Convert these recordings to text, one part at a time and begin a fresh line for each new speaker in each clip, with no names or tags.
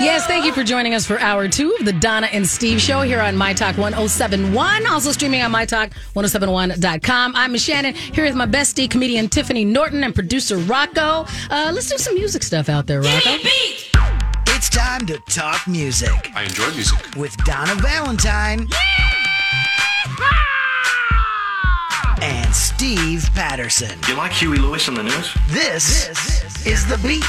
Yes, thank you for joining us for hour two of the Donna and Steve show here on My Talk 1071. Also streaming on MyTalk1071.com. I'm Shannon here with my bestie, comedian Tiffany Norton and producer Rocco. Uh, let's do some music stuff out there, Rocco.
It's time to talk music
I enjoy music.
with Donna Valentine and Steve Patterson.
You like Huey Lewis on the news?
This, is the beat.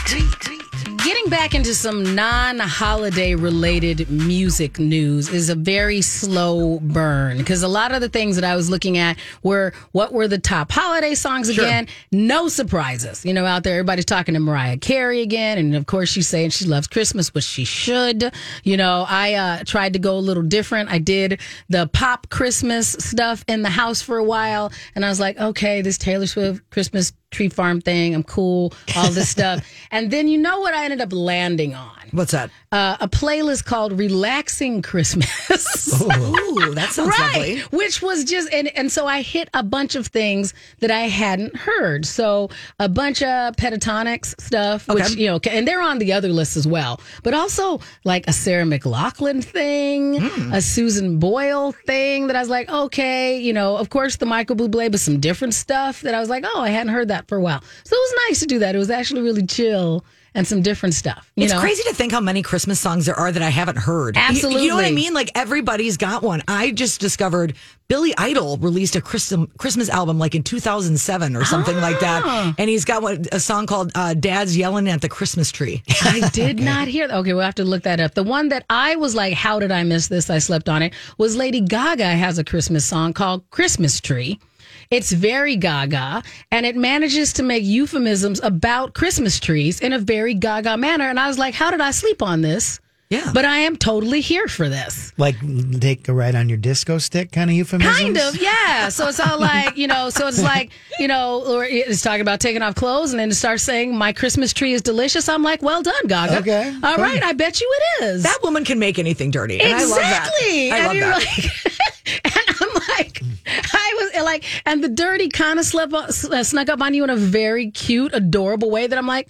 Getting back into some non holiday related music news is a very slow burn because a lot of the things that I was looking at were what were the top holiday songs again? No surprises. You know, out there, everybody's talking to Mariah Carey again. And of course, she's saying she loves Christmas, which she should. You know, I uh, tried to go a little different. I did the pop Christmas stuff in the house for a while. And I was like, okay, this Taylor Swift Christmas tree farm thing. I'm cool, all this stuff. And then you know what I ended up landing on?
What's that?
Uh, a playlist called Relaxing Christmas.
Ooh, that sounds
right. Which was just, and, and so I hit a bunch of things that I hadn't heard. So a bunch of pentatonics stuff, which, you know, and they're on the other list as well, but also like a Sarah McLaughlin thing,
Hmm.
a Susan Boyle thing that I was like, okay, you know, of course the Michael Bublé, but some different stuff that I was like, oh, I hadn't heard that for a while. So it was nice to do that. It was actually really chill and some different stuff. You
It's
know?
crazy to think how many Christmas songs there are that I haven't heard. You- You, know what I
Absolutely.
mean? Like everybody's got one. I just discovered Billy Idol released a Christmas Christmas album like in 2007 or something like
Ah.
that. And he's got one, a song called uh, Dad's Yelling at the Christmas Tree.
I did not hear. Okay, we'll have to look that up. The one that I was like, "How did I miss this?" I slept on it. Was Lady Gaga has a Christmas song called "Christmas Tree." It's very Gaga, and it manages to make euphemisms about Christmas trees in a very Gaga manner. And I was like, "How did I sleep on this?"
Yeah.
But uh, I am totally here for this.
Like take a ride on your disco stick kind of euphemism?
Kind of, yeah. So it's all like, you know, so it's like, you know, or it's talking about taking off clothes and then it starts saying, my Christmas tree is delicious. I'm like, well done, Gaga.
Okay,
all right,
fine.
I bet you it is.
that woman can make anything dirty. And
exactly.
I love that. I love
and you're
that.
like, and I'm like, I was like, and the dirty kind of slept, up- uh, snuck up on you in a very cute, adorable way that I'm like,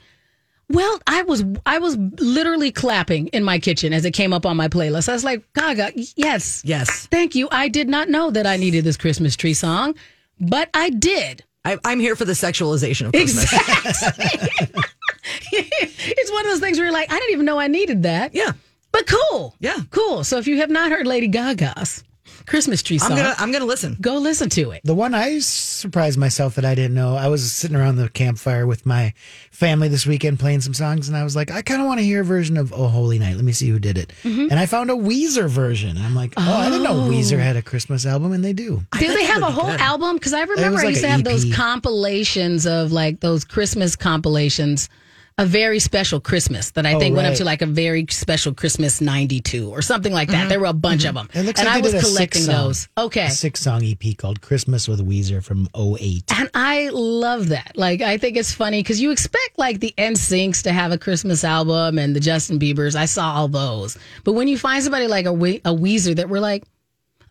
well, I was I was literally clapping in my kitchen as it came up on my playlist. I was like, Gaga, yes,
yes.
Thank you. I did not know that I needed this Christmas tree song, but I did.
I, I'm here for the sexualization of Christmas.
it's one of those things where you're like, I didn't even know I needed that.
Yeah.
But cool.
Yeah.
Cool. So if you have not heard Lady Gaga's Christmas tree
I'm
song,
gonna I'm gonna listen.
go listen to it.
The one I surprised myself that I didn't know, I was sitting around the campfire with my family this weekend playing some songs, and I was like, I kind of want to hear a version of Oh Holy Night. Let me see who did it.
Mm-hmm.
And I found a Weezer version. I'm like, oh, I didn't know Weezer had a Christmas album, and they do.
Do they have a
would be
whole
good.
album? Because I remember
was
I
like
used to
a E
have those
EP.
compilations of like those Christmas compilations, a very special Christmas that I
Oh,
think went up
right.
to like a very special Christmas '92 or something like that. There were a bunch of them,
Mm-hmm. It looks
and
like
I was
they did a
collecting
six song-
those. Okay,
A six song EP called Christmas with Weezer from 08.
And I love that. Like, I think it's funny because you expect like the NSYNCs to have a Christmas album and the Justin Bieber's. I saw all those, but when you find somebody like a we- a Weezer that we're like,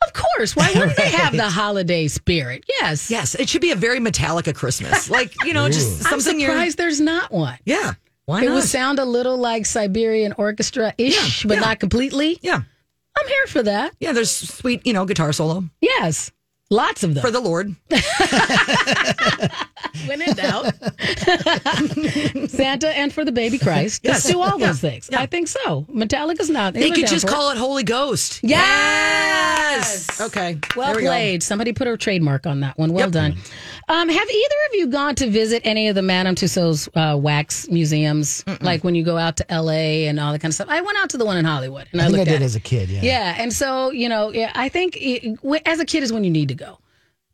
of course, why wouldn't they have the holiday spirit? Yes,
Yes, it should be a very Metallica Christmas. Like, you know, just
I'm
something you're
surprised there's not one.
Yeah. Why
It
not?
would sound a little like Siberian orchestra ish,
Yeah,
but
yeah.
not completely.
yeah.
I'm here for that.
Yeah, there's sweet, you know, guitar solo.
Yes. Lots of them.
for the Lord.
when in doubt, Santa and for the baby Christ. Let's do all those things. I think so. Metallica's not.
They
were
could
down
just
for it.
call it Holy Ghost.
Yes.
Okay.
Well
there we go.
played. Somebody put a trademark on that one. Well done. Um, have either of you gone to visit any of the Madame Tussauds uh, wax museums? Like when you go out to LA and all that kind of stuff. I went out to the one in Hollywood and I,
I think I
looked
did
at it.
as a kid. Yeah.
Yeah, and so you know, yeah, I think it, w- as a kid is when you need to go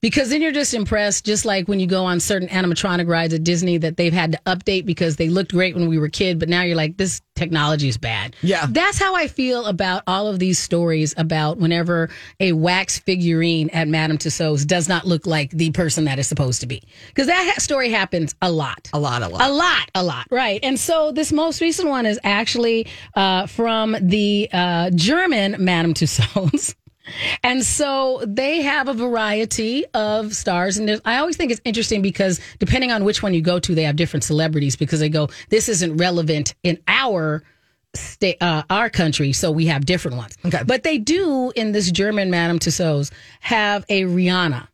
because then you're just impressed. Just like when you go on certain animatronic rides at Disney that they've had to update because they looked great when we were kid, but now you're like, this technology is bad.
Yeah.
that's how I feel about all of these stories about whenever a wax figurine at Madame Tussauds does not look like the person that is supposed to be because that ha- story happens a lot,
A lot, a lot.
a lot, a lot, right? And so this most recent one is actually uh, from the uh, German Madame Tussauds. And so they have a variety of stars, and there's- I always think it's interesting because depending on which one you go to, they have different celebrities because they go, "This isn't relevant in our state, uh, our country," so we have different ones.
Okay.
but they do in this German Madame Tussauds have a Rihanna.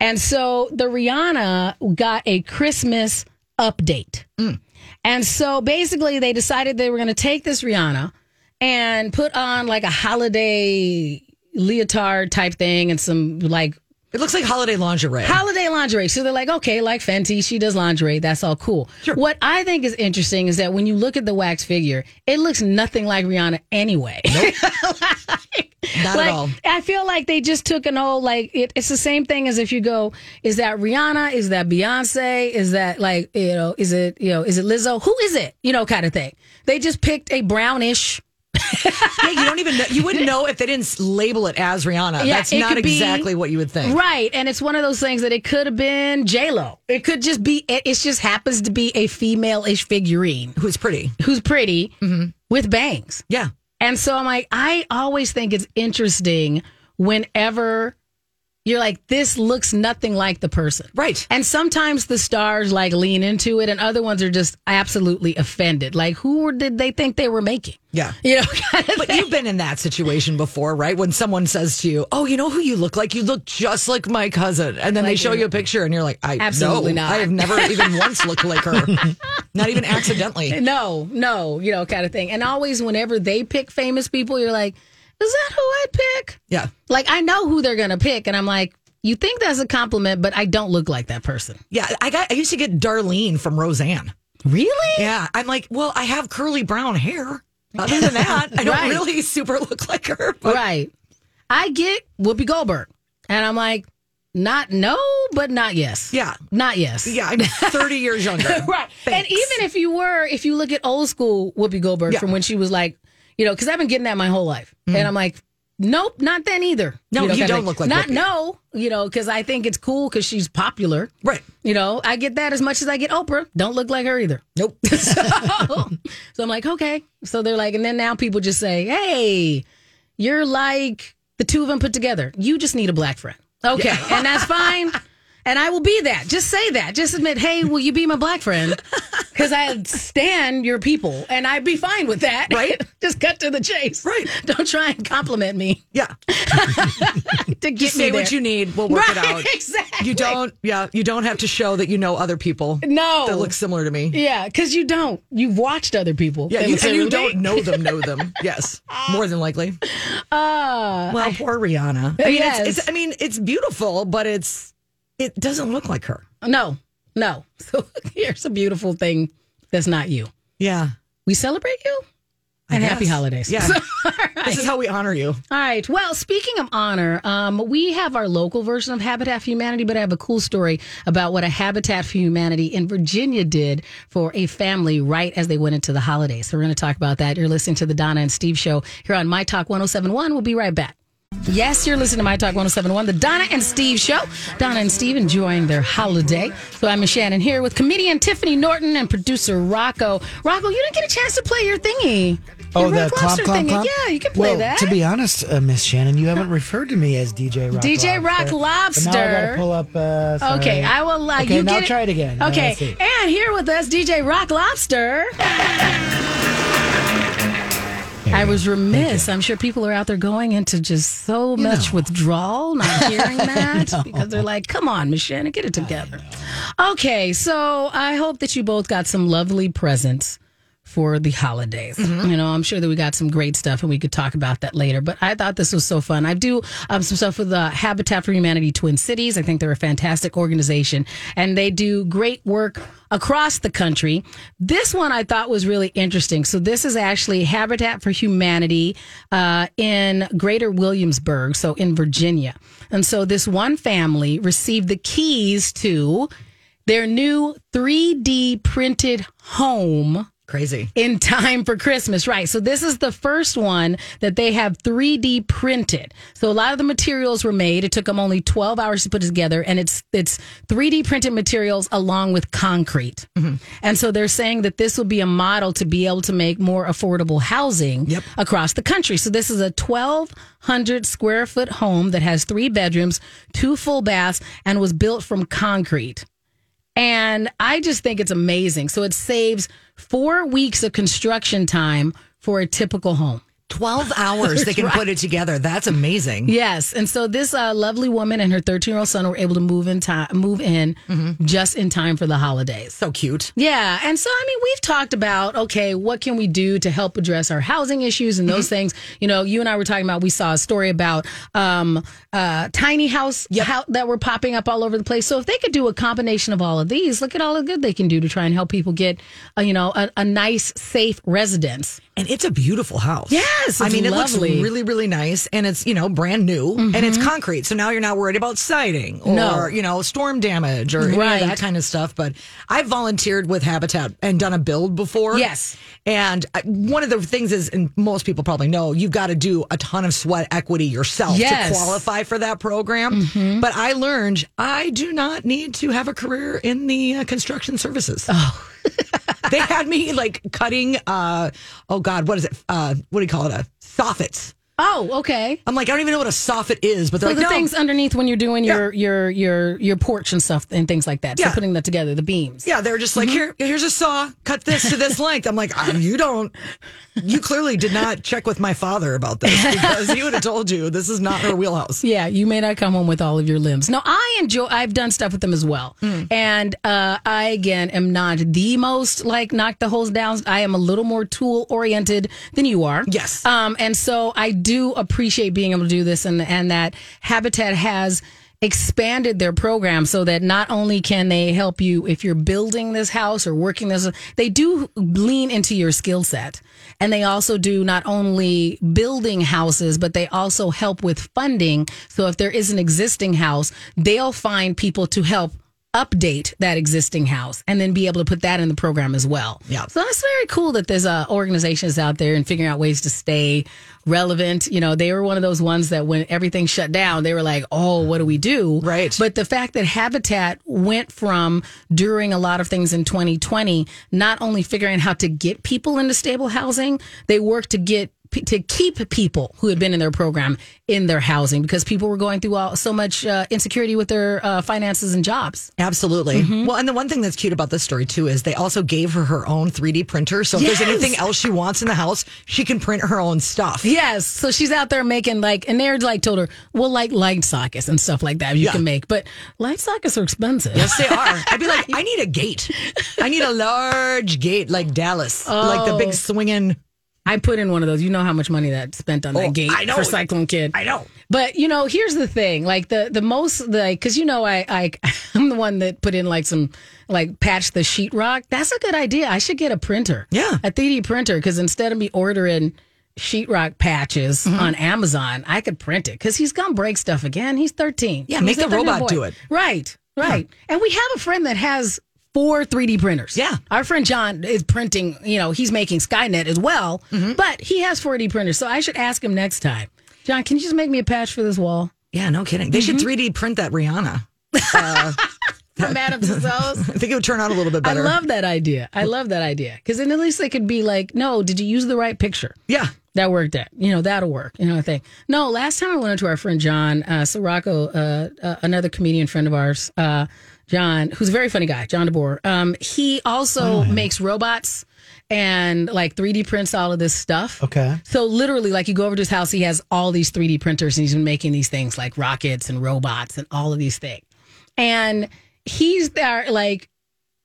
And so the Rihanna got a Christmas update. And so basically they decided they were going to take this Rihanna and put on like a holiday leotard type thing and some like
it looks like holiday lingerie.
holiday lingerie. So they're like, okay, like Fenty, she does lingerie. That's all cool. What I think is interesting is that when you look at the wax figure, it looks nothing like Rihanna anyway.
Not
like,
at all.
I feel like they just took an old like it, it's the same thing as if you go, is that Rihanna? Is that Beyonce? Is that like you know? Is it you know? Is it Lizzo? Who is it? You know, kind of thing. They just picked a brownish.
Yeah, you don't even know. You wouldn't know if they didn't s- label it as Rihanna.
Yeah,
That's
it
not
could be-
exactly what you would think.
Right, and it's one of those things that it could have been J Lo. It could just be. It, it just happens to be a female-ish figurine
Who's pretty?
who's pretty
Mm-hmm.
with bangs.
Yeah.
And so I'm like, I always think it's interesting whenever you're like, this looks nothing like the person.
Right.
And sometimes the stars like lean into it, and other ones are just absolutely offended. Like, who were- did they think they were making?
Yeah.
You know, kind of
But you've been in that situation before, right? When someone says to you, "Oh, you know who you look like? You look just like my cousin," and then they show you a picture, and you're like, "I
Absolutely
no,
not.
I have never even once looked like her, not even accidentally."
no, no, you know, kind of thing. And always, whenever they pick famous people, you're like, is that who I pick?
Yeah,
Like, I know who they're going to pick. And I'm like, you think that's a compliment, but I don't look like that person.
yeah. I got. I used to get Darlene from Roseanne.
Really?
Yeah, I'm like, well, I have curly brown hair. Other than that, I don't
Right.
really super look like her. But
Right. I get Whoopi Goldberg. And I'm like, not no, but not yes.
Yeah.
Not yes.
yeah, I'm 30 years younger.
Right. And
Thanks.
even if you were, if you look at old school Whoopi Goldberg
Yeah. Mm-hmm.
from when she was like, you know, because I've been getting that my whole life. And I'm like, nope, not then either.
No,
know,
you
kinda
don't
thing.
look like
Not
Whoopi.
no, you know, because I think it's cool because she's popular.
Right.
You know, I get that as much as I get Oprah. Don't look like her either.
Nope.
so I'm like, okay. So they're like, and then now people just say, hey, you're like the two of them put together. You just need a black friend. Okay. And that's fine. And I will be that. Just say that. Just admit, hey, will you be my black friend? Because I stand your people and I'd be fine with that.
Right.
just cut to the chase.
Right.
Don't try and compliment me
Yeah.
to get
Just
me
say what
there.
you need. We'll work it
Right,
out.
exactly.
You don't, yeah, you don't have to show that you know other people
No.
that look similar to me.
yeah, because you don't. You've watched other people.
Yeah,
They
you,
look
and you
similar to
don't
me.
know them, know them. Yes, more than likely. well, poor Rihanna. I mean,
Yes.
it's, it's, I mean, it's beautiful, but it's it doesn't look like her.
No, no. So here's a beautiful thing that's not you.
Yeah,
We celebrate you
I
and happy
guess.
holidays.
Yeah,
So, all
this
right.
is how we honor you.
All right. Well, speaking of honor, um, we have our local version of Habitat for Humanity, but I have a cool story about what a Habitat for Humanity in Virginia did for a family right as they went into the holidays. So we're going to talk about that. You're listening to the Donna and Steve show here on My Talk 1071. We'll be right back. Yes, you're listening to My Talk 1071, the Donna and Steve show. Donna and Steve enjoying their holiday. So I'm Shannon here with comedian Tiffany Norton and producer Rocco. Rocco, you didn't get a chance to play your thingy.
Oh,
your
the
Red
clomp,
Lobster
clomp,
thingy.
clomp.
Yeah, you can play
well,
that.
To be honest, uh, Miss Shannon, you haven't referred to me as DJ Rock
DJ Rock
Lobster. But now I
Lobster.
gotta pull up. Uh, sorry.
Okay, I will. Uh,
Okay,
you
now
get
try it again. Now
Okay,
let's see.
and here with us, DJ Rock Lobster. I I was remiss. I'm sure people are out there going into just so much withdrawal, not hearing that because they're like, come on, Michelle, get it together. Okay, so I hope that you both got some lovely presents for the holidays. You know, I'm sure that we got some great stuff and we could talk about that later. But I thought this was so fun. I do um, some stuff with the Habitat for Humanity Twin Cities. I think they're a fantastic organization and they do great work across the country. This one I thought was really interesting. So this is actually Habitat for Humanity uh, in Greater Williamsburg, so in Virginia. And so this one family received the keys to their new 3D printed home
Crazy.
in time for Christmas, right? So this is the first one that they have 3D printed. So a lot of the materials were made. It took them only 12 hours to put together, and it's it's 3D printed materials along with concrete. And so they're saying that this will be a model to be able to make more affordable housing
Yep.
across the country. So this is a 1,200 square foot home that has three bedrooms, two full baths, and was built from concrete. And I just think it's amazing. So it saves four weeks of construction time for a typical home.
12 hours they can put it together. That's amazing.
Yes, and so this uh, lovely woman and her 13 year old son were able to move in time, move in just in time for the holidays.
So cute.
Yeah, and so I mean, we've talked about okay, what can we do to help address our housing issues and
Mm-hmm.
those things. You know, you and I were talking about. We saw a story about um, uh, tiny house how, that were popping up all over the place. So if they could do a combination of all of these, look at all the good they can do to try and help people get, uh, you know, a, a nice, safe residence.
And it's a beautiful house.
Yes,
I
it's
mean, it
lovely.
looks really, really nice. And it's, you know, brand new and it's concrete. So now you're not worried about siding or,
No.
you know, storm damage or any of
Right.
that kind of stuff. But I've volunteered with Habitat and done a build before.
Yes.
And I, one of the things is, and most people probably know, you've got to do a ton of sweat equity yourself
Yes. Mm-hmm.
to qualify for that program. But I learned I do not need to have a career in the uh, construction services
Oh.
they had me like cutting uh oh god what is it uh what do you call it a soffits
Oh, okay.
i'm like i don't even know what a soffit is but they're
So
like
the
no.
things underneath when you're doing your your your your porch and stuff and things like that.
Yeah.
So putting that together, the beams.
yeah they're just like
Mm-hmm.
here here's a saw cut this to this length i'm like "Ah, you don't you clearly did not check with my father about this because he would have told you this is not her wheelhouse
Yeah, you may not come home with all of your limbs. No, I enjoy. I've done stuff with them as well, and uh, I again am not the most like knock the holes down. I am a little more tool oriented than you are.
Yes.
um, and so I do appreciate being able to do this, and and that Habitat has expanded their program so that not only can they help you if you're building this house or working this they do lean into your skill set and they also do not only building houses but they also help with funding so if there is an existing house they'll find people to help update that existing house and then be able to put that in the program as well
Yeah.
so it's very cool that there's uh, organizations out there and figuring out ways to stay relevant you know they were one of those ones that when everything shut down they were like oh what do we do
Right.
but the fact that Habitat went from during a lot of things in 2020, not only figuring how to get people into stable housing, they worked to get to keep people who had been in their program in their housing because people were going through all, so much uh, insecurity with their uh, finances and jobs.
Absolutely.
Mm-hmm.
Well, and the one thing that's cute about this story too is they also gave her her own 3D printer. So if
Yes!
there's anything else she wants in the house, she can print her own stuff.
Yes. So she's out there making like, and they're like told her, well, like light sockets and stuff like that you
Yeah.
can make, but light sockets are expensive.
Yes, they are. I'd be like, I need a gate. I need a large gate like Dallas, like the
Oh.
big swinging.
I put in one of those. You know how much money that spent on
Oh,
that gate
I know.
for Cyclone Kid.
I know.
But you know, here's the thing: like the the most like because you know I I I'm the one that put in like some like patch the sheetrock. That's a good idea. I should get a printer.
Yeah.
a 3D printer because instead of me ordering sheetrock patches
Mm-hmm.
on Amazon, I could print it because he's gonna break stuff again. He's 13.
Yeah,
He's
make
a
the
13
robot
boy.
do it.
Right, right. And we have a friend that has. Four 3D printers.
Yeah.
Our friend John is printing, you know, he's making Skynet as well, but he has 4D printers. So I should ask him next time. John, can you just make me a patch for this wall?
Yeah, no kidding. They
Mm-hmm.
should 3D print that Rihanna.
From Adam's and Zoe's?
I think it would turn out a little bit
I
better.
love that idea. I love that idea. Because then at least they could be like, no, did you use the right picture?
yeah.
That worked out. You know, that'll work. You know, I think. No, last time I went into our friend John uh, Sirocco, uh, uh, another comedian friend of ours, uh, John, who's a very funny guy, John DeBoer. Um, he also makes robots. and like 3D prints all of this stuff.
Okay.
So literally, like you go over to his house, he has all these 3D printers, and he's been making these things like rockets and robots and all of these things. And he's there, like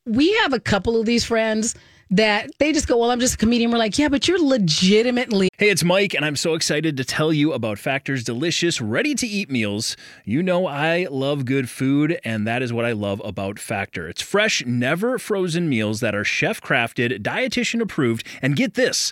we have a couple of these friends that they just go, "Well, I'm just a comedian." We're like, "Yeah, but you're legitimately
Hey, it's Mike, and I'm so excited to tell you about Factor's delicious, ready to eat meals. You know, I love good food, and that is what I love about Factor. It's fresh, never frozen meals that are chef crafted, dietitian approved, and get this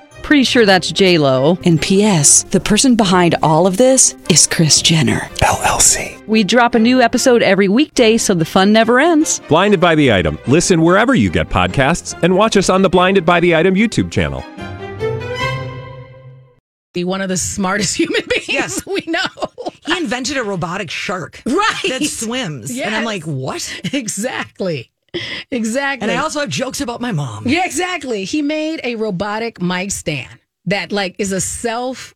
Pretty sure that's J Lo.
And P.S. The person behind all of this is Chris Jenner.
LLC.
We drop a new episode every weekday, so the fun never ends.
Blinded by the item. Listen wherever you get podcasts, and watch us on the Blinded by the Item YouTube channel.
one of the smartest human beings
Yes.
we know."
He invented a robotic shark
Right.
that swims. And I'm
Yes.
like, what?
Exactly. Exactly.
And I also have jokes about my mom.
yeah, exactly. He made a robotic mic stand that like is a self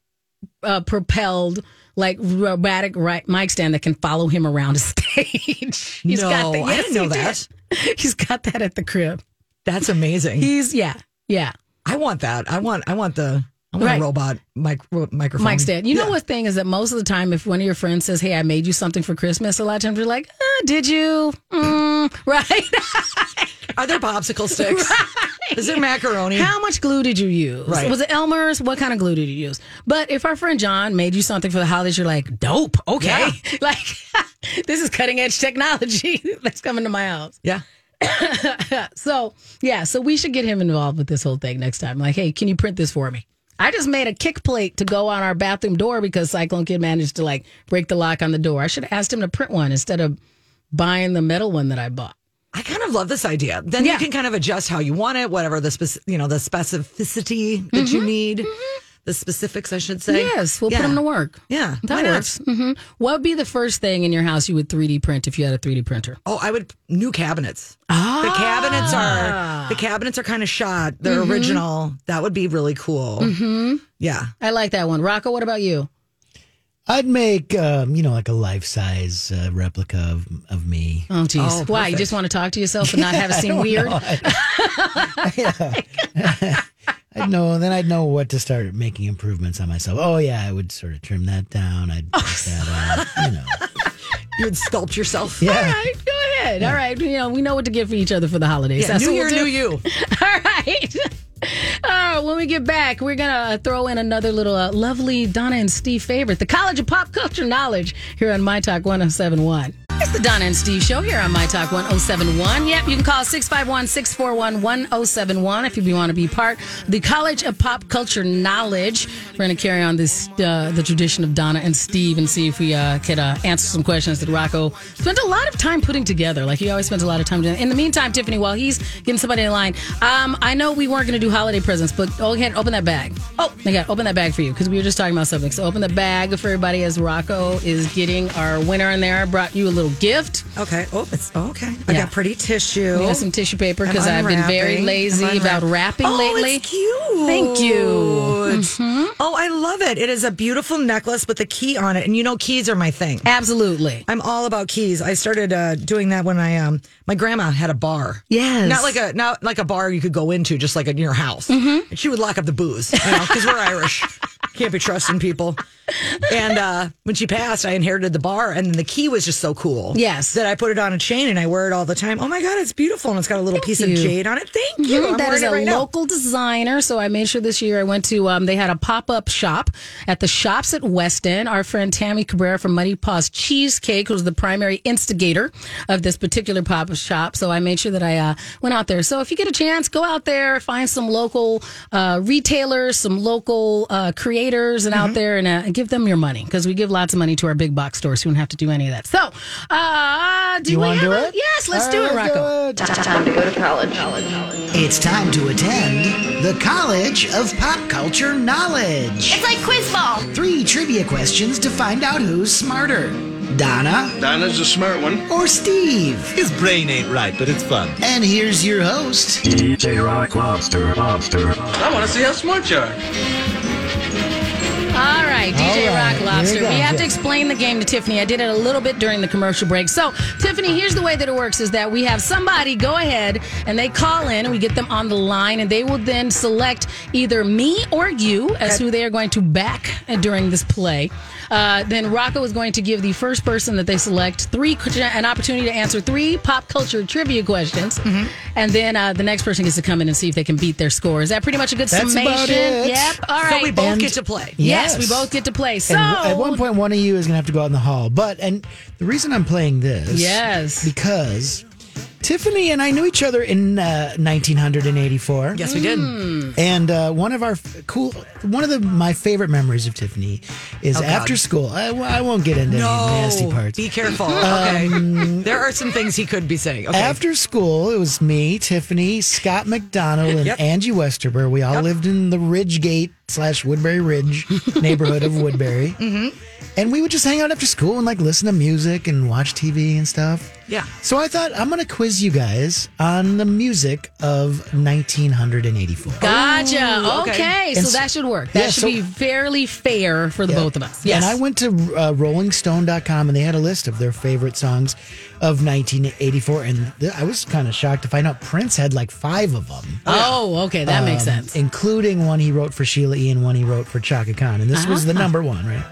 uh, propelled like robotic right, mic stand that can follow him around a stage. He's
No,
got the,
I didn't
yes,
know
he
that.
did. He's got that at the crib.
That's amazing.
He's yeah, yeah.
I want that. I want I want the I want
Right.
a robot mic, ro- microphone.
Mike's dad. You know
Yeah.
what thing is that most of the time, if one of your friends says, "Hey, I made you something for Christmas," a lot of times you're like, uh, "Did you?" Mm, right?
Are there popsicle sticks? Is there macaroni?
How much glue did you use?
Right.
Was it Elmer's? What kind of glue did you use? But if our friend John made you something for the holidays, you're like, dope. Okay. Like, this is cutting edge technology that's coming to my house.
yeah.
So, yeah. So we should get him involved with this whole thing next time. Like, hey, can you print this for me? I just made a kick plate to go on our bathroom door because Cyclone Kid managed to like break the lock on the door. I should have asked him to print one instead of buying the metal one that I bought.
I kind of love this idea. Then
Yeah.
you can kind of adjust how you want it, whatever the spec- you know the specificity that
Mm-hmm.
you need, the specifics, I should say.
Yes, we'll put
Yeah.
him to work.
Yeah, why
That
not?
works. hmm What would be the first thing in your house you would 3D print if you had a 3D printer?
Oh, I would new cabinets. The
Ah.
cabinets are the cabinets are kind of shot. They're
Mm-hmm.
original. That would be really cool. Mm-hmm. Yeah.
I like that one. Rocco, what about you?
I'd make, um, you know, like a life size uh, replica of, of me.
Oh, geez.
Oh,
Why? You
perfect.
just want to talk to yourself and not have it seem weird?
I'd know, then I'd know what to start making improvements on myself. Oh yeah, I would sort of trim that down. I'd
Oh,
cut that out, you know.
You'd sculpt yourself.
All right, go ahead. All right. You know, we know what to get for each other for the holidays.
Yeah,
That's
new
what
year,
we'll do.
new you.
All right. Uh, when we get back, we're going to throw in another little uh, lovely Donna and Steve favorite, the College of Pop Culture Knowledge, here on My Talk 1071. It's the Donna and Steve show here on My Talk 1071. Yep, you can call 651 641 1071 if you want to be part of the College of Pop Culture Knowledge. We're going to carry on this uh, the tradition of Donna and Steve and see if we uh, could uh, answer some questions that Rocco spent a lot of time putting together. Like he always spends a lot of time doing. In the meantime, Tiffany, while he's getting somebody in line, um, I know we weren't going to do holiday presents, but oh, ahead, open that bag. Oh, I got open that bag for you because we were just talking about something. So open the bag for everybody as Rocco is getting our winner in there. I brought you a little gift.
Okay. Oh, it's oh, okay. I
Yeah.
got pretty tissue.
You got some tissue paper
I'm
because I've been very
unwrapping.
lazy
I'm
about
unwrapping.
wrapping
oh,
lately.
It's cute.
Thank you.
Oh, I love it. It is a beautiful necklace with a key on it, and you know keys are my thing.
Absolutely.
I'm all about keys. I started uh, doing that when I um my grandma had a bar.
Yes.
Not like a not like a bar you could go into
Mm-hmm.
just like in your house. And she would lock up the booze, you know, cuz we're Irish. Can't be trusting people. and uh, when she passed, I inherited the bar, and the key was just so cool.
Yes.
that I put it on a chain and I wear it all the time. Oh my god, it's beautiful, and it's got a little piece
you.
of jade on it. Thank you.
Mhm,
I'm
that
wearing
is
it
a
right now.
local designer. So I made sure this year I went to, um, they had a pop up shop at the shops at West End. Our friend Tammy Cabrera from Muddy Paws Cheesecake was the primary instigator of this particular pop up shop. So I made sure that I uh, went out there. So if you get a chance, go out there, find some local uh, retailers, some local uh, creators, and out there and uh, give them your money because we give lots of money to our big box stores. So you don't have to do any of that. So uh, do
You
we
want
have
to do
a-
it?
Yes, let's
All
do
right,
it,
let's
Rocco.
do it.
It's time to attend the College of Pop Culture Knowledge.
It's like quiz ball.
Three trivia questions to find out who's smarter Donna
Dinah's a smart one.
or Steve.
His brain ain't right, but it's fun.
And here's your host,
I want to see how smart you are.
All right, DJ
All right,
Rock
here
Lobster.
we go.
We have to explain the game to Tiffany. I did it a little bit during the commercial break. So, Tiffany, here's the way that it works is that we have somebody go ahead and they call in and we get them on the line and they will then select either me or you as who they are going to back during this play. Uh, then Rocco is going to give the first person that they select three an opportunity to answer three pop culture trivia questions,
Mm-hmm.
and then uh, the next person gets to come in and see if they can beat their score. Is that pretty much a good
That's
summation?
about it.
Yep. All right.
So we both
And-
get to play.
Yes, we
Yes.
both get to play. So
And w- at one point, one of you is gonna have to go out in the hall. But and the reason I'm playing this,
Yes.
because Tiffany and I knew each other in uh, 1984.
Yes, we did.
Mm.
And uh, one of our f- cool, one of the my favorite memories of Tiffany is after school. I, w- I won't get into any nasty parts.
Oh, Be
Um,
careful. Okay. there are some things he could be saying. Okay.
After school, it was me, Tiffany, Scott McDonald, and
Yep.
Angie Westerber. We all lived in the Ridgegate slash Woodbury Ridge neighborhood of Woodbury. Mm-hmm. And we would just hang out after school and like listen to music and watch TV and stuff.
yeah.
So I thought I'm going to quiz you guys on the music of 1984.
gotcha.
Ooh,
okay.
okay.
so
And s-
that should work. That
Yeah,
should
so-
be fairly fair for the both of us.
And I went to uh, RollingStone.com and they had a list of their favorite songs of 1984. And th- I was kind of shocked to find out Prince had like five of them.
Oh, okay. That makes
um,
sense.
Including one he wrote for Sheila E. and one he wrote for Chaka Khan. And this
Ah.
was the number one, right?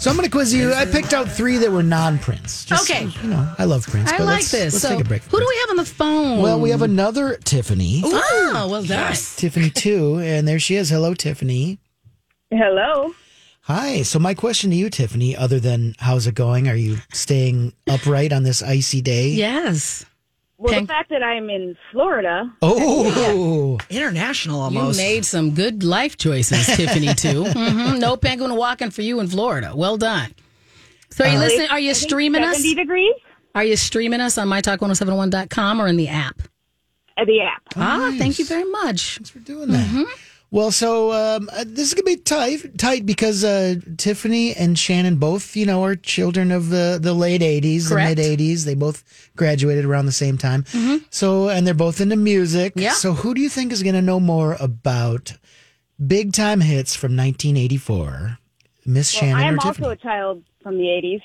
So I'm going to quiz you. I picked out three that were non Prince. Just,
Okay.
You know, I love Prince.
I
but
like
let's-
this.
Let's
so,
take a break.
who do we have on the phone?
Well, we have another Tiffany.
Oh, well, done.
Tiffany 2. And there she is. Hello, Tiffany.
Hello.
Hi. So, my question to you, Tiffany, other than how's it going? Are you staying upright on this icy day?
Yes.
Well,
Okay.
the fact that I'm in Florida,
Oh,
International
You
almost.
made some good life choices, Tiffany, too. hmm No penguin walking for you in Florida. Well done. So,
Uh,
are you listening? Are you streaming us?
70 degrees
Are you streaming us on mytalk1071.com or in the app?
at the app.
Ah, thank you very much.
thanks for doing that. Well, so um, uh, this is gonna be tight, tight because uh, Tiffany and Shannon both, you know, are children of the the late '80s,
Correct. Mm-hmm.
the mid '80s. They both graduated around the same time. So, and they're both into music.
Yeah.
So, who do you think is gonna know more about big time hits from 1984? Miss
Well,
Shannon
I am
or
also a
Tiffany?
child from the 80s,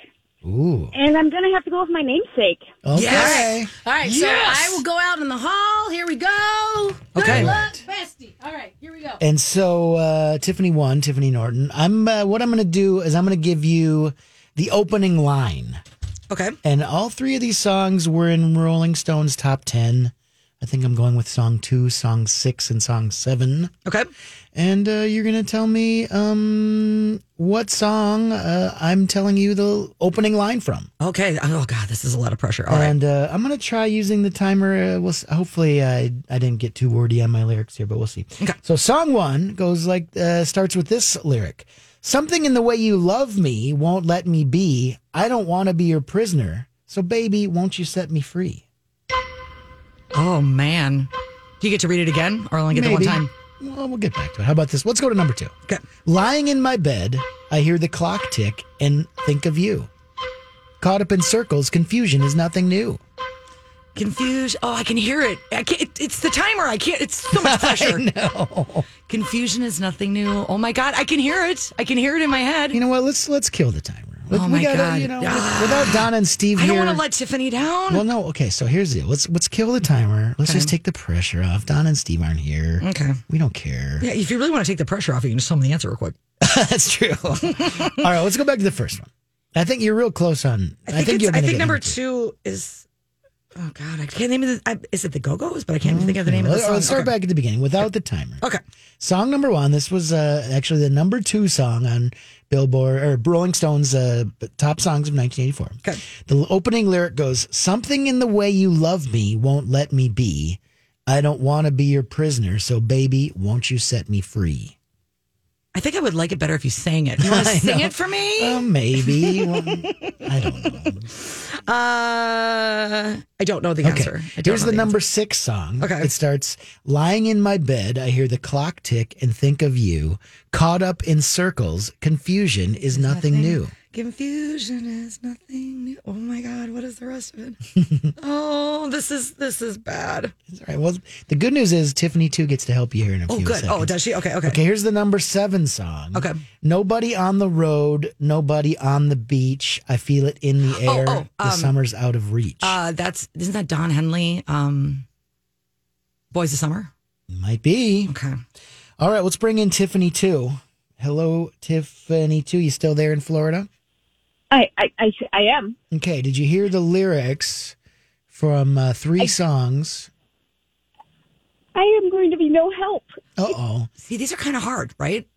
Ooh.
and I'm going to have to go with my namesake.
Okay.
Yes.
All right,
Yes!
so I will go out in the hall. Here we go. Good
Okay.
luck, bestie. All right, here we go.
And so uh, Tiffany won, Tiffany Norton. I'm uh, what I'm going to do is I'm going to give you the opening line.
Okay.
And all three of these songs were in Rolling Stone's top 10. I think I'm going with song two, song six, and song seven.
Okay.
And uh, you're going to tell me um, what song uh, I'm telling you the opening line from.
Okay. Oh God, this is a lot of pressure. All right.
and uh, I'm going to try using the timer. Uh, we'll s- hopefully I I didn't get too wordy on my lyrics here, but we'll see.
Okay.
So song one goes like uh, starts with this lyric: "Something in the way you love me won't let me be. I don't want to be your prisoner. So baby, won't you set me free?"
Oh man. Do you get to read it again or only get the one time?
Well, we'll get back to it. How about this? Let's go to number two.
Okay.
Lying in my bed, I hear the clock tick and think of you. Caught up in circles, confusion is nothing new.
Confused. Oh, I can hear it. I can't, it- it's the timer. I can't. It's so much pressure.
No.
Confusion is nothing new. Oh my God, I can hear it. I can hear it in my head.
You know what? Let's let's kill the timer.
Oh my God.
You know, with-
Ah.
without Donna and Steve
I
here,
don't want to let Tiffany down.
Well, no. Okay, so here's the deal. Let's let's kill the timer. Let's just
Okay.
take the pressure off. Don and Steve aren't here.
Okay.
we don't care.
Yeah, if you really want to take the pressure off, you can just tell me the answer real quick.
That's true. All right, let's go back to the first one. I think you're real close on. I think,
it's-
you're.
I
gonna
think
get
number
it.
two is. Oh God, I can't name it. I, is it the Go Go's? But I can't even think of the name of the
Let's-
song.
Mm-hmm. Let's start
Okay.
back at the beginning without the timer.
Okay.
Song number one. This was uh, actually the number two song on Billboard or Rolling Stone's uh, top songs of 1984. Okay. The opening lyric goes, "Something in the way you love me won't let me be. I don't want to be your prisoner, so baby, won't you set me free?"
I think I would like it better if you sang it. You want to
I
sing
know.
it for me?
Uh, maybe. Well, I don't know.
Uh, I don't know the answer. I don't
Here's
know answer.
the number six song.
Okay.
It starts lying in my bed, I hear the clock tick and think of you. Caught up in circles, confusion is nothing, new.
Confusion is nothing new. Oh my God, what is the rest of it? oh, this is this is bad.
All right. Well, the good news is Tiffany too gets to help you here in a
Oh,
few
good.
seconds.
Oh, does she? Okay, okay.
Okay, here's the number seven song. Okay. Nobody on the road, nobody on the beach. I feel it in the
Oh,
air.
oh,
the
um,
summer's out of reach.
Uh, that's isn't that Don Henley? Um, Boys of Summer.
Might be.
Okay.
All right, let's bring in Tiffany too. Hello, Tiffany too. You still there in Florida?
I, I, I, I am.
Okay. Did you hear the lyrics from uh, three songs?
I am going to be no help.
Uh oh.
See, these are kind of hard, right?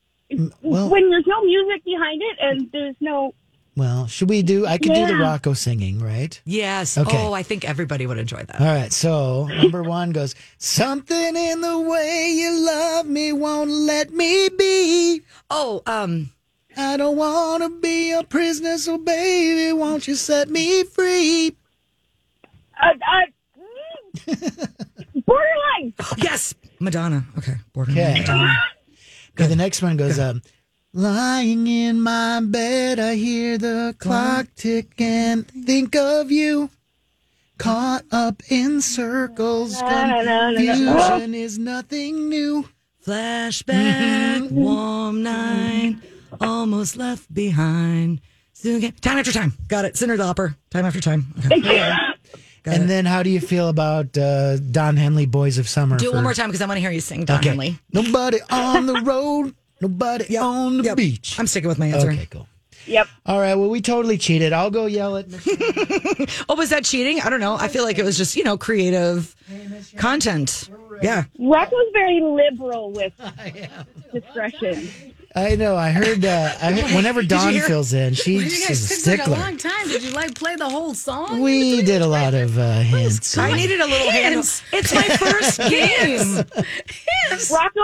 Well,
when there's no music behind it and there's no.
well, should we do? I could do the
Yeah.
Rocco singing, right?
Yes.
Okay. Uh,
Oh, I think everybody would enjoy that.
All right. So number one goes something in the way you love me won't let me be.
Oh, um,
I don't want to be a prisoner, so baby, won't you set me free?
Uh, uh, borderline.
Yes, Madonna. Okay, borderline.
Okay.
Madonna.
Okay, the next one goes um, lying in my bed, I hear the clock tick and think of you. Caught up in circles,
no, no, no.
confusion is nothing new.
Flashback,
Mm-hmm.
warm night, almost left behind. Soon again- Time after time. Got it. Sinner Dopper. Time after time. Okay.
and then, how do you feel about uh, Don Henley, Boys of Summer?
Do it one
for-
more time because I want to hear you sing, Don
Okay.
Henley.
Nobody on the road, nobody on the
Yep.
beach.
I'm sticking with my answer.
Okay, cool.
Yep.
All right, well, we totally cheated. I'll go yell at
Oh, was that cheating? I don't know. I feel like it was just, you know, creative content. Yeah.
Rocco's very liberal with discretion.
I know. I heard. Uh, I heard whenever Dawn
hear-
fills in,
You
she's a
guys took like a
stickler.
long time. Did you like play the whole song?
we did a lot of uh, hints.
I needed a little hand.
Hands.
It's my first game.
Rocco,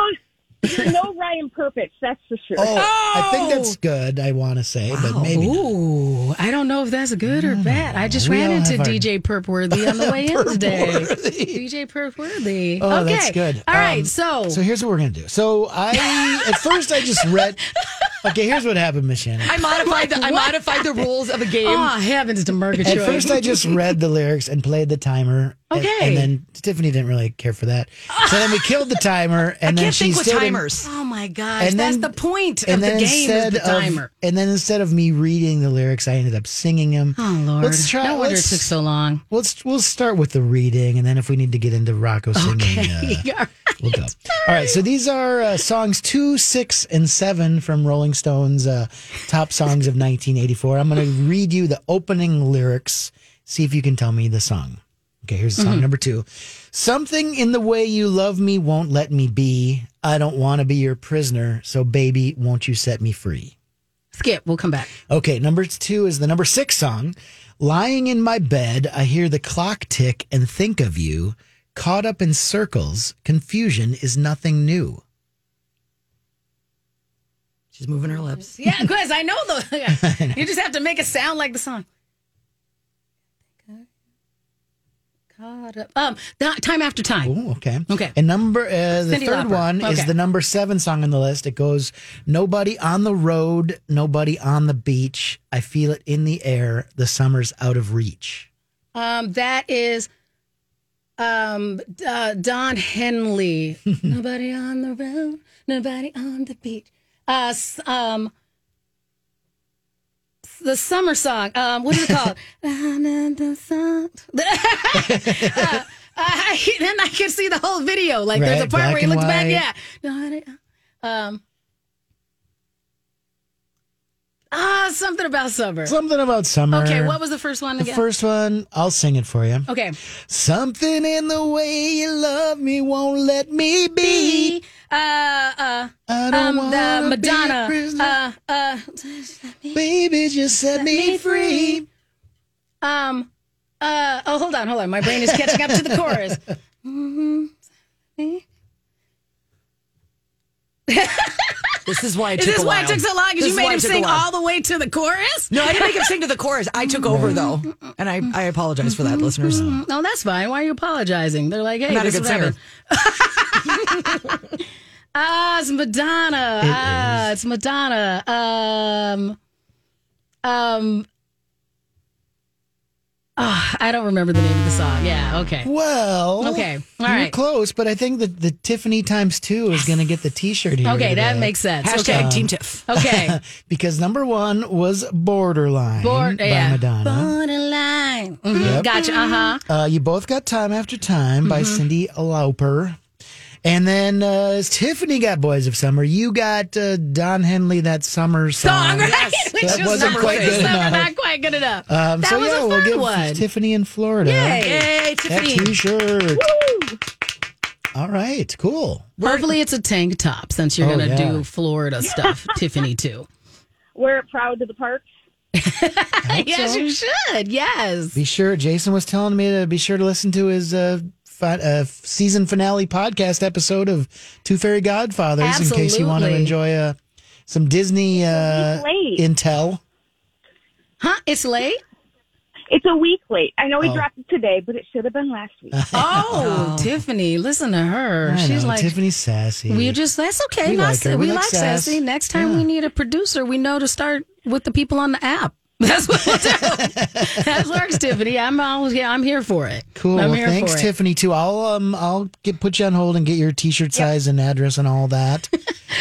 you're no Ryan Purpich, that's for sure.
Oh, I think that's good. I want to say, but maybe not.
Ooh, I don't know if that's good or bad. I just
We
ran
all
into
have our-
DJ Perp Worthy on the way in today.
Perpworthy.
DJ Perp Worthy.
Oh,
okay.
that's good.
All right,
Um,
so,
so here's what we're gonna do. So I at first I just read. Okay, here's what happened, Miss Shannon.
I modified the I
What?
modified the rules of a game.
oh heavens to
At
Murgatroyd.
first, I just read the lyrics and played the timer. and-
Okay.
And, then Tiffany didn't really care for that. So then we killed the timer. And then
Can't
she
think with
still didn't-
timers.
oh my gosh,
And
that's
then-
the point of the game is the timer.
Of, and then instead of me reading the lyrics, I ended up singing them.
oh Lord,
Let's try.
no wonder it
let's-
took so long.
Let's we'll start with the reading, and then if we need to get into Rocco singing, uh, we'll go. All right. So these are uh, songs two, six, and seven from Rolling Stone's uh, top songs of 1984. I'm going to read you the opening lyrics. See if you can tell me the song. Okay, here's song number two. Something in the way you love me won't let me be. I don't want to be your prisoner, so baby, won't you set me free?
Skip. We'll come back.
Okay, number two is the number six song. Lying in my bed, I hear the clock tick and think of you. Caught up in circles, confusion is nothing new.
She's moving her lips.
Yeah, because I know the. you just have to make it sound like the song. Caught up. Um, th- time after time.
Ooh, okay.
Okay.
And number uh, the
Cyndi
third
Lauper.
one is
Okay.
the number seven song on the list. It goes, "Nobody on the road, nobody on the beach. I feel it in the air. The summer's out of reach."
Um, that is, um, uh, Don Henley. nobody on the road. Nobody on the beach. Uh, s- um, s- the summer song. Um, what is it called? Uh, I, and I could see the whole video. Like there's a
Right,
part where
black
he
and
looks back.
white.
Yeah. No, I didn't- Um. Ah, something about summer.
Something about summer.
Okay, what was the first one
The
again?
first one, I'll sing it for you.
Okay.
Something in the way you love me won't let me be.
Uh, uh,
don't
um, the
wanna be a
Madonna. Uh, uh,
Baby, just set me free.
Um, uh, oh, hold on, hold on. My brain is catching up to the chorus.
This is why it
Is
took
this
a
why
while.
it took so long? Because you
is
made
why
him
it took a
sing
while.
all the way to the chorus?
No, I didn't make him sing to the chorus. I took
Mm-hmm.
over though, and I, I apologize for that, listeners.
No, Um, oh, that's fine. Why are you apologizing? They're like, Mm-hmm. hey,
I'm not a
this
good
is what
singer.
happened. Ah, it's Madonna.
It
ah, it's Madonna. Um, um, ah, I don't remember the name of the song. Yeah, okay.
Well,
Okay, all
you're
right.
close, but I think that the Tiffany times two is going to get the T-shirt here.
Okay, that
today.
makes sense. Hashtag Okay. Team Tiff. Okay.
because number one was Borderline
Bord-
by
yeah.
Madonna.
Borderline. Mhm,
Yep.
Gotcha. Uh huh.
Uh, you both got Time After Time by
Mm-hmm.
Cindy Lauper. And then uh, Tiffany got Boys of Summer. You got uh, Don Henley, that summer
Song,
song.
right? Which
Um, that
was
wasn't
not
quite
good
good
enough.
enough.
Not quite good enough.
Um,
that
so
was
yeah,
a fun
we'll give
one.
Tiffany in Florida
Yay. Yay,
that
Tiffany.
T-shirt. All right, cool.
Hopefully, it's a tank top since you're
Oh,
gonna
yeah.
do Florida stuff, Tiffany too.
Wear it proud to the park.
yes, you should. Yes.
Be sure. Jason was telling me to be sure to listen to his uh, fi- uh, season finale podcast episode of Two Fairy Godfathers in case you want to
Absolutely.
enjoy uh, some Disney uh,
late.
intel.
Huh? It's late.
It's a week late. I know we
Oh.
dropped it today, but it should have been last week.
Oh, Tiffany, listen to her.
I
She's
know,
like,
Tiffany's sassy.
we just that's okay.
We
not-
like her. We like sass.
sassy. Next time we need a producer, we know to start with the people on the app. That's what we'll do. that works, Tiffany. I'm always yeah, I'm here for it.
cool.
I'm
Well,
here
thanks,
for it.
Tiffany. Too. I'll um I'll get put you on hold and get your T-shirt size and address and all that.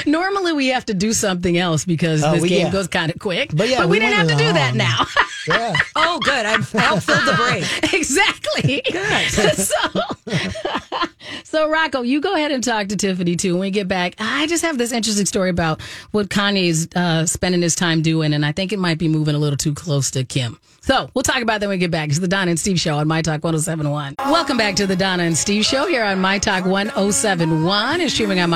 Normally we have to do something else because
Oh,
this
we-
game
yeah.
goes kind of quick.
But yeah,
we,
we um,
didn't have
went
to do that
long.
now.
yeah.
Oh, good. I've helped filled the break.
exactly. so, so Rocco, you go ahead and talk to Tiffany too. When we get back, I just have this interesting story about what Kanye's uh, spending his time doing, and I think it might be moving a little too close to Kim. So we'll talk about that when we get back. It's the Donna and Steve Show on My Talk 1071. Welcome back to the Donna and Steve Show here on My Talk 1071 and streaming on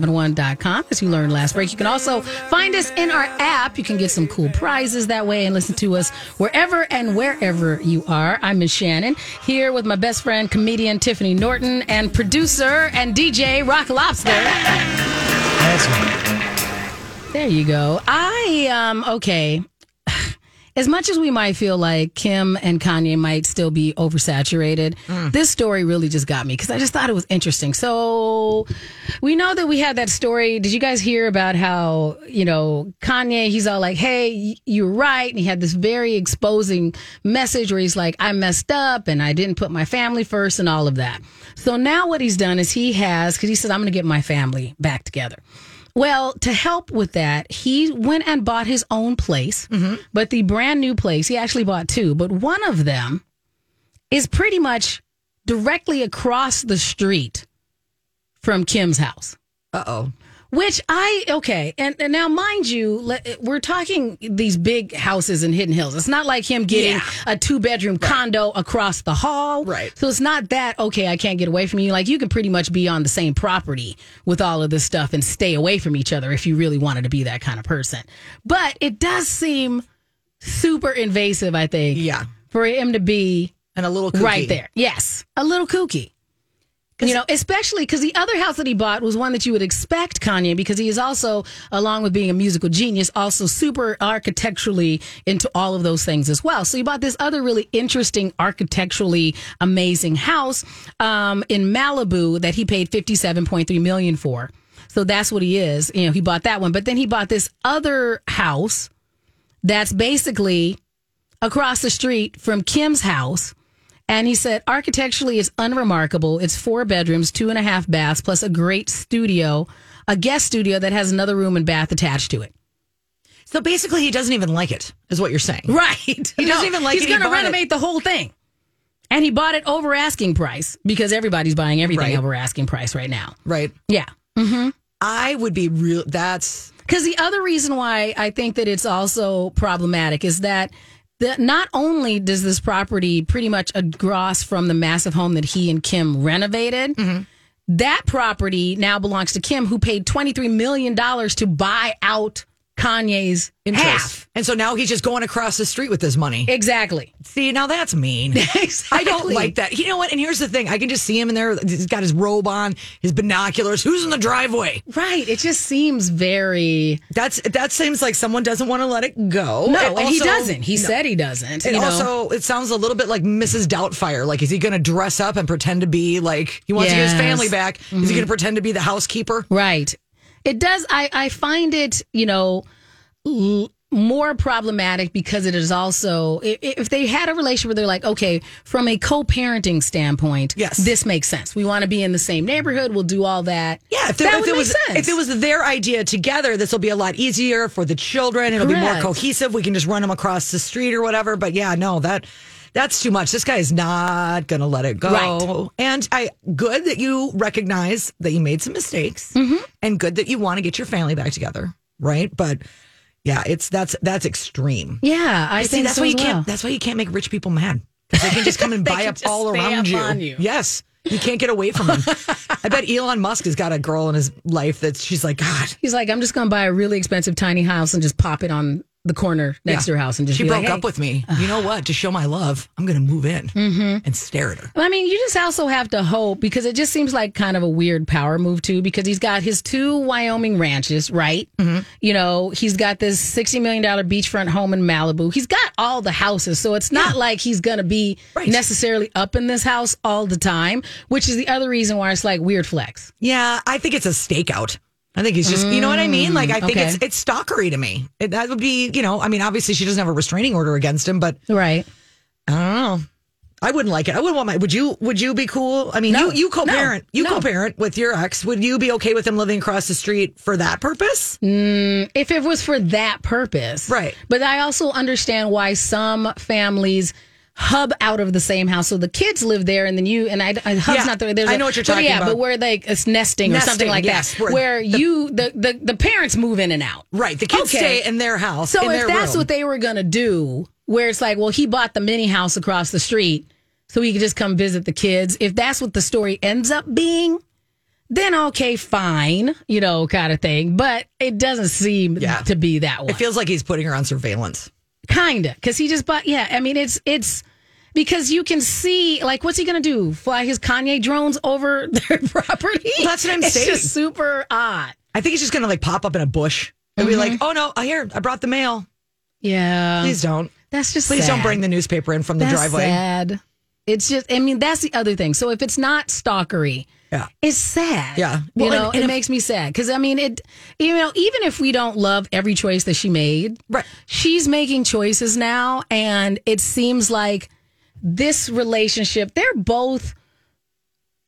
MyTalk1071.com as you learned last break. You can also find us in our app. You can get some cool prizes that way and listen to us wherever and wherever you are. I'm Miss Shannon here with my best friend, comedian Tiffany Norton, and producer and DJ Rock Lobster.
That's right.
There you go. I um okay. As much as we might feel like Kim and Kanye might still be oversaturated, this story really just got me because I just thought it was interesting. So we know that we had that story. Did you guys hear about how, you know, Kanye, he's all like, hey, y- you're right. And he had this very exposing message where he's like, I messed up and I didn't put my family first and all of that. So now what he's done is he has, because he says, I'm going to get my family back together. Well, to help with that, he went and bought his own place, but the brand new place, he actually bought two, but one of them is pretty much directly across the street from Kim's house.
Uh oh.
Which I okay, and, and now mind you, le- we're talking these big houses in Hidden Hills. It's not like him getting a two bedroom condo across the hall, right? So it's not that okay. I can't get away from you. Like you can pretty much be on the same property with all of this stuff and stay away from each other if you really wanted to be that kind of person. But it does seem super invasive. I think, yeah, for him to be
and a little
right
kooky.
there. Yes, a little kooky. You know, especially because the other house that he bought was one that you would expect Kanye, because he is also, along with being a musical genius, also super architecturally into all of those things as well. So he bought this other really interesting, architecturally amazing house um, in Malibu that he paid fifty seven point three million for. So that's what he is. You know, he bought that one, but then he bought this other house that's basically across the street from Kim's house. And he said, architecturally, it's unremarkable. It's four bedrooms, two and a half baths, plus a great studio, a guest studio that has another room and bath attached to it.
So basically, he doesn't even like it, is what you're saying.
Right. He
doesn't even like
He's
it, he
going to
bought it.
renovate the whole thing. And he bought it over asking price because everybody's buying everything
Right.
over asking price right now.
Right.
Yeah. Mm-hmm.
I would be real. That's
because the other reason why I think that it's also problematic is that the, not only does this property pretty much across from the massive home that he and Kim renovated, that property now belongs to Kim, who paid twenty three million dollars to buy out Kanye's
Interest.
half.
And so now he's just going across the street with his money.
Exactly.
See, now that's mean. I don't
Exactly.
like that. You know what? And here's the thing I can just see him in there. He's got his robe on, his binoculars. Who's in the driveway?
Right. It just seems very.
That's That seems like someone doesn't want to let it go.
No, and he
also-
doesn't. He
No.
said he doesn't.
And
you know?
also, it sounds a little bit like Mrs. Doubtfire. Like, is he going to dress up and pretend to be like he wants to get his
Yes.
family back? Is
Mhm.
he going to pretend to be the housekeeper?
Right. It does. I, I find it, you know, l- more problematic because it is also, i- i- if they had a relationship where they're like, okay, from a co parenting standpoint, yes. this makes sense. We want to be in the same neighborhood. We'll do all that.
Yeah, if,
that
if
would
it
make
was
sense.
if it was their idea together, this will be a lot easier for the children. It'll be more
Correct.
cohesive. We can just run them across the street or whatever. But yeah, no, that that's too much. This guy is not going to let it go.
Right.
And I good that you recognize that you made some mistakes,
Mm-hmm.
and good that you want to get your family back together, right? But yeah, it's that's that's extreme.
Yeah, I
But see,
think
that's
so
why
as
you can't.
well.
That's why you can't make rich people mad. 'Cause They can just come and
They
buy
can
up
just
all
stay
around
up
you.
on you.
Yes, you can't get away from them. I bet Elon Musk has got a girl in his life that she's like, God.
He's like, I'm just going to buy a really expensive tiny house and just pop it on the corner next to
yeah.
your house and just
she
be
broke
like,
up
hey.
with me. You know what? To show my love, I'm going to move in
Mm-hmm.
and stare at her.
I mean, you just also have to hope because it just seems like kind of a weird power move too. Because he's got his two Wyoming ranches, right? You know, he's got this sixty million dollar beachfront home in Malibu. He's got all the houses, so it's not like he's gonna be necessarily up in this house all the time. Which is the other reason why it's like weird flex.
Yeah, I think it's a stakeout. I think he's just, you know what I mean? Like, I think
Mm, okay.
it's it's stalkery to me. It, that would be, you know, I mean, obviously she doesn't have a restraining order against him, but
right.
I don't know. I wouldn't like it. I wouldn't want my. Would you? Would you be cool? I mean,
No.
you you
No.
co-parent. You
No.
co-parent with your ex. Would you be okay with him living across the street for that purpose?
Mm, if it was for that purpose. Right. But I also understand why some families hub out of the same house. So the kids live there and then you, and I, I hub's
Yeah,
not there. There's
I
a-
know what you're
but
talking
yeah,
about.
but where like it's nesting, or
Nesting,
something like
yes,
that.
where
Where,
the-
you, the, the, the parents move in and out.
Right. The kids stay in their house.
So
in
if
their
that's
room.
what they were going to do, where it's like, well, he bought the mini house across the street so he could just come visit the kids. If that's what the story ends up being, then okay, fine, you know, kind of thing. But it doesn't seem to be that way.
It feels like he's putting her on surveillance.
Kinda, because he just bought. Yeah, I mean, it's it's because you can see like what's he gonna do? Fly his Kanye drones over their property?
Well, that's what I'm
It's
saying.
just super odd.
I think he's just gonna like pop up in a bush and be
Mm-hmm.
like, "Oh no, I here I brought the mail.
Yeah,
Please don't.
That's just
Please don't
sad.
bring the newspaper in from the
That's
driveway."
Sad. It's just. I mean, that's the other thing. So if it's not stalkery,
yeah,
it's sad.
Yeah.
you
Well, and-
know,
and
it
if-
makes me sad because I mean, it. You know, even if we don't love every choice that she made, right? She's making choices now, and it seems like this relationship. They're both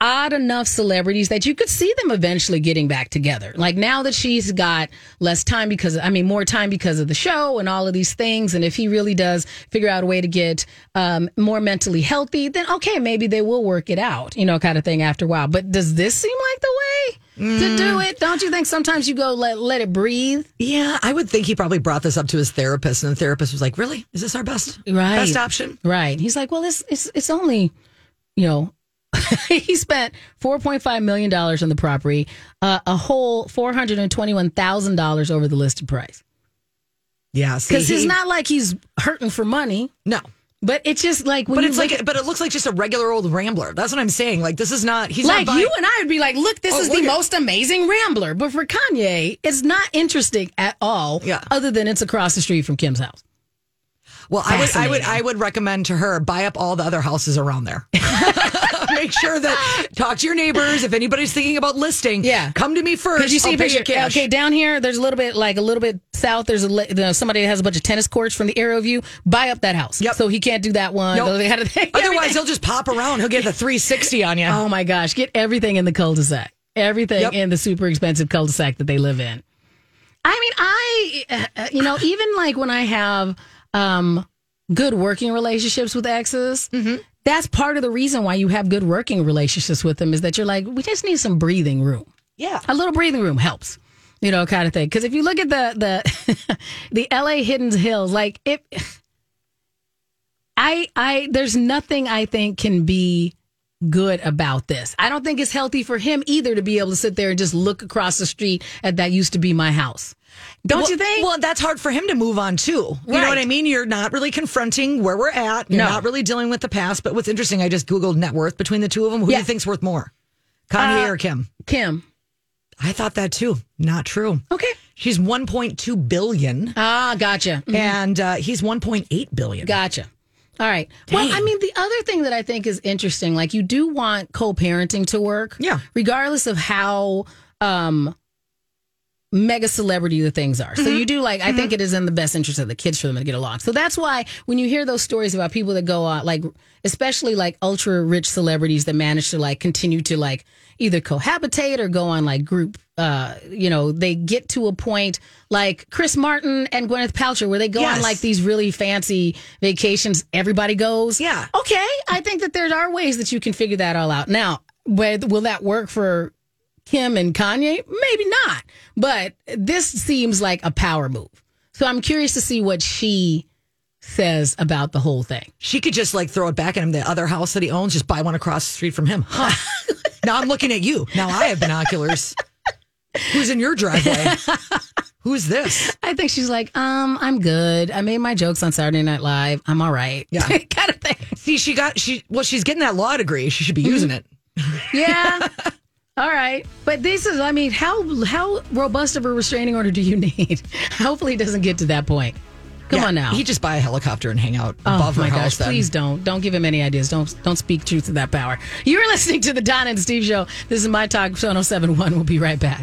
odd enough celebrities that you could see them eventually getting back together. Like now that she's got less time because I mean more time because of the show and all of these things and if he really does figure out a way to get um, more mentally healthy then okay maybe they will work it out, you know kind of thing after a while. But does this seem like the way to do it? Don't you think sometimes you go let let it breathe?
Yeah, I would think he probably brought this up to his therapist, and the therapist was like, "Really? Is this our best
Right.
best option?"
Right. He's like, well, it's it's it's only, you know, he spent four point five million dollars on the property, uh, a whole four hundred and twenty one thousand dollars over the listed price.
Yeah,
Because
he's
it's not like he's hurting for money.
No.
But it's just like when
But
you
it's
look
like,
at-
but it looks like just a regular old rambler. That's what I'm saying. Like this is not. He's
like
not buying-
you and I would be like, look, this
Oh,
is
look
the
at-
most amazing rambler. But for Kanye, it's not interesting at all. Yeah. Other than it's across the street from Kim's house.
Well, I would, I would,
Fascinating.
I would recommend to her buy up all the other houses around there. Make sure that talk to your neighbors. If anybody's thinking about listing, yeah, come to me first.
Because you see
I'll
a
pay
picture.
your cash.
Okay, down here, there's a little bit, like a little bit south. There's a li- you know, somebody that has a bunch of tennis courts from the aerial view. Buy up that house. So he can't do that one.
Nope.
They had to-
Otherwise, he'll just pop around. He'll get the 360 on you.
Oh my gosh! Get everything in the cul-de-sac. Everything in the super expensive cul-de-sac that they live in. I mean, I, uh, uh, you know, even like when I have um, good working relationships with exes, that's part of the reason why you have good working relationships with them is that you're like, we just need some breathing room.
Yeah.
A little breathing room helps, you know, kind of thing. Because if you look at the, the, the LA Hidden Hills, like if, I, I, there's nothing I think can be good about this. I don't think it's healthy for him either to be able to sit there and just look across the street at that used to be my house. Don't
well,
you think?
Well, that's hard for him to move on too. You know
Right.
what I mean? You're not really confronting where we're at. You're
No.
not really dealing with the past. But what's interesting, I just googled net worth between the two of them. Who do
Yeah.
you think's worth more, Kanye
Uh,
or Kim?
Kim.
I thought that too. Not true.
Okay.
She's 1.2 billion,
Ah, gotcha. Mhm.
and uh, he's 1.8 billion.
Gotcha. All right. Well, I mean, the other thing that I think is interesting, like you do want co-parenting to work,
Yeah.
regardless of how um mega celebrity the things are. So you do like I think it is in the best interest of the kids for them to get along. So that's why when you hear those stories about people that go out like especially like ultra rich celebrities that manage to like continue to like either cohabitate or go on like group uh you know they get to a point like Chris Martin and Gwyneth Paltrow where they go on
Yes.
like these really fancy vacations everybody goes.
Yeah.
Okay, I think that there are ways that you can figure that all out. Now, whether will that work for Kim and Kanye? Maybe not. But this seems like a power move. So I'm curious to see what she says about the whole thing.
She could just like throw it back at him. The other house that he owns, just buy one across the street from him. Huh. now I'm looking at you. Now I have binoculars. Who's in your driveway? Who's this?
I think she's like, um, I'm good. I made my jokes on Saturday Night Live. I'm all right.
Yeah.
kind of thing.
See, she got she. Well, she's getting that law degree. She should be using
Mm-hmm.
it.
Yeah. All right, but this is—I mean, how how robust of a restraining order do you need? Hopefully, it doesn't get to that point. Come
Yeah,
on now.
He just buy a helicopter and hang out
Oh
above
my
her
gosh!
house. then.
Please don't don't give him any ideas. Don't don't speak truth to that power. You're listening to the Donna and Steve Show. This is my talk. Show 1071. We'll be right back.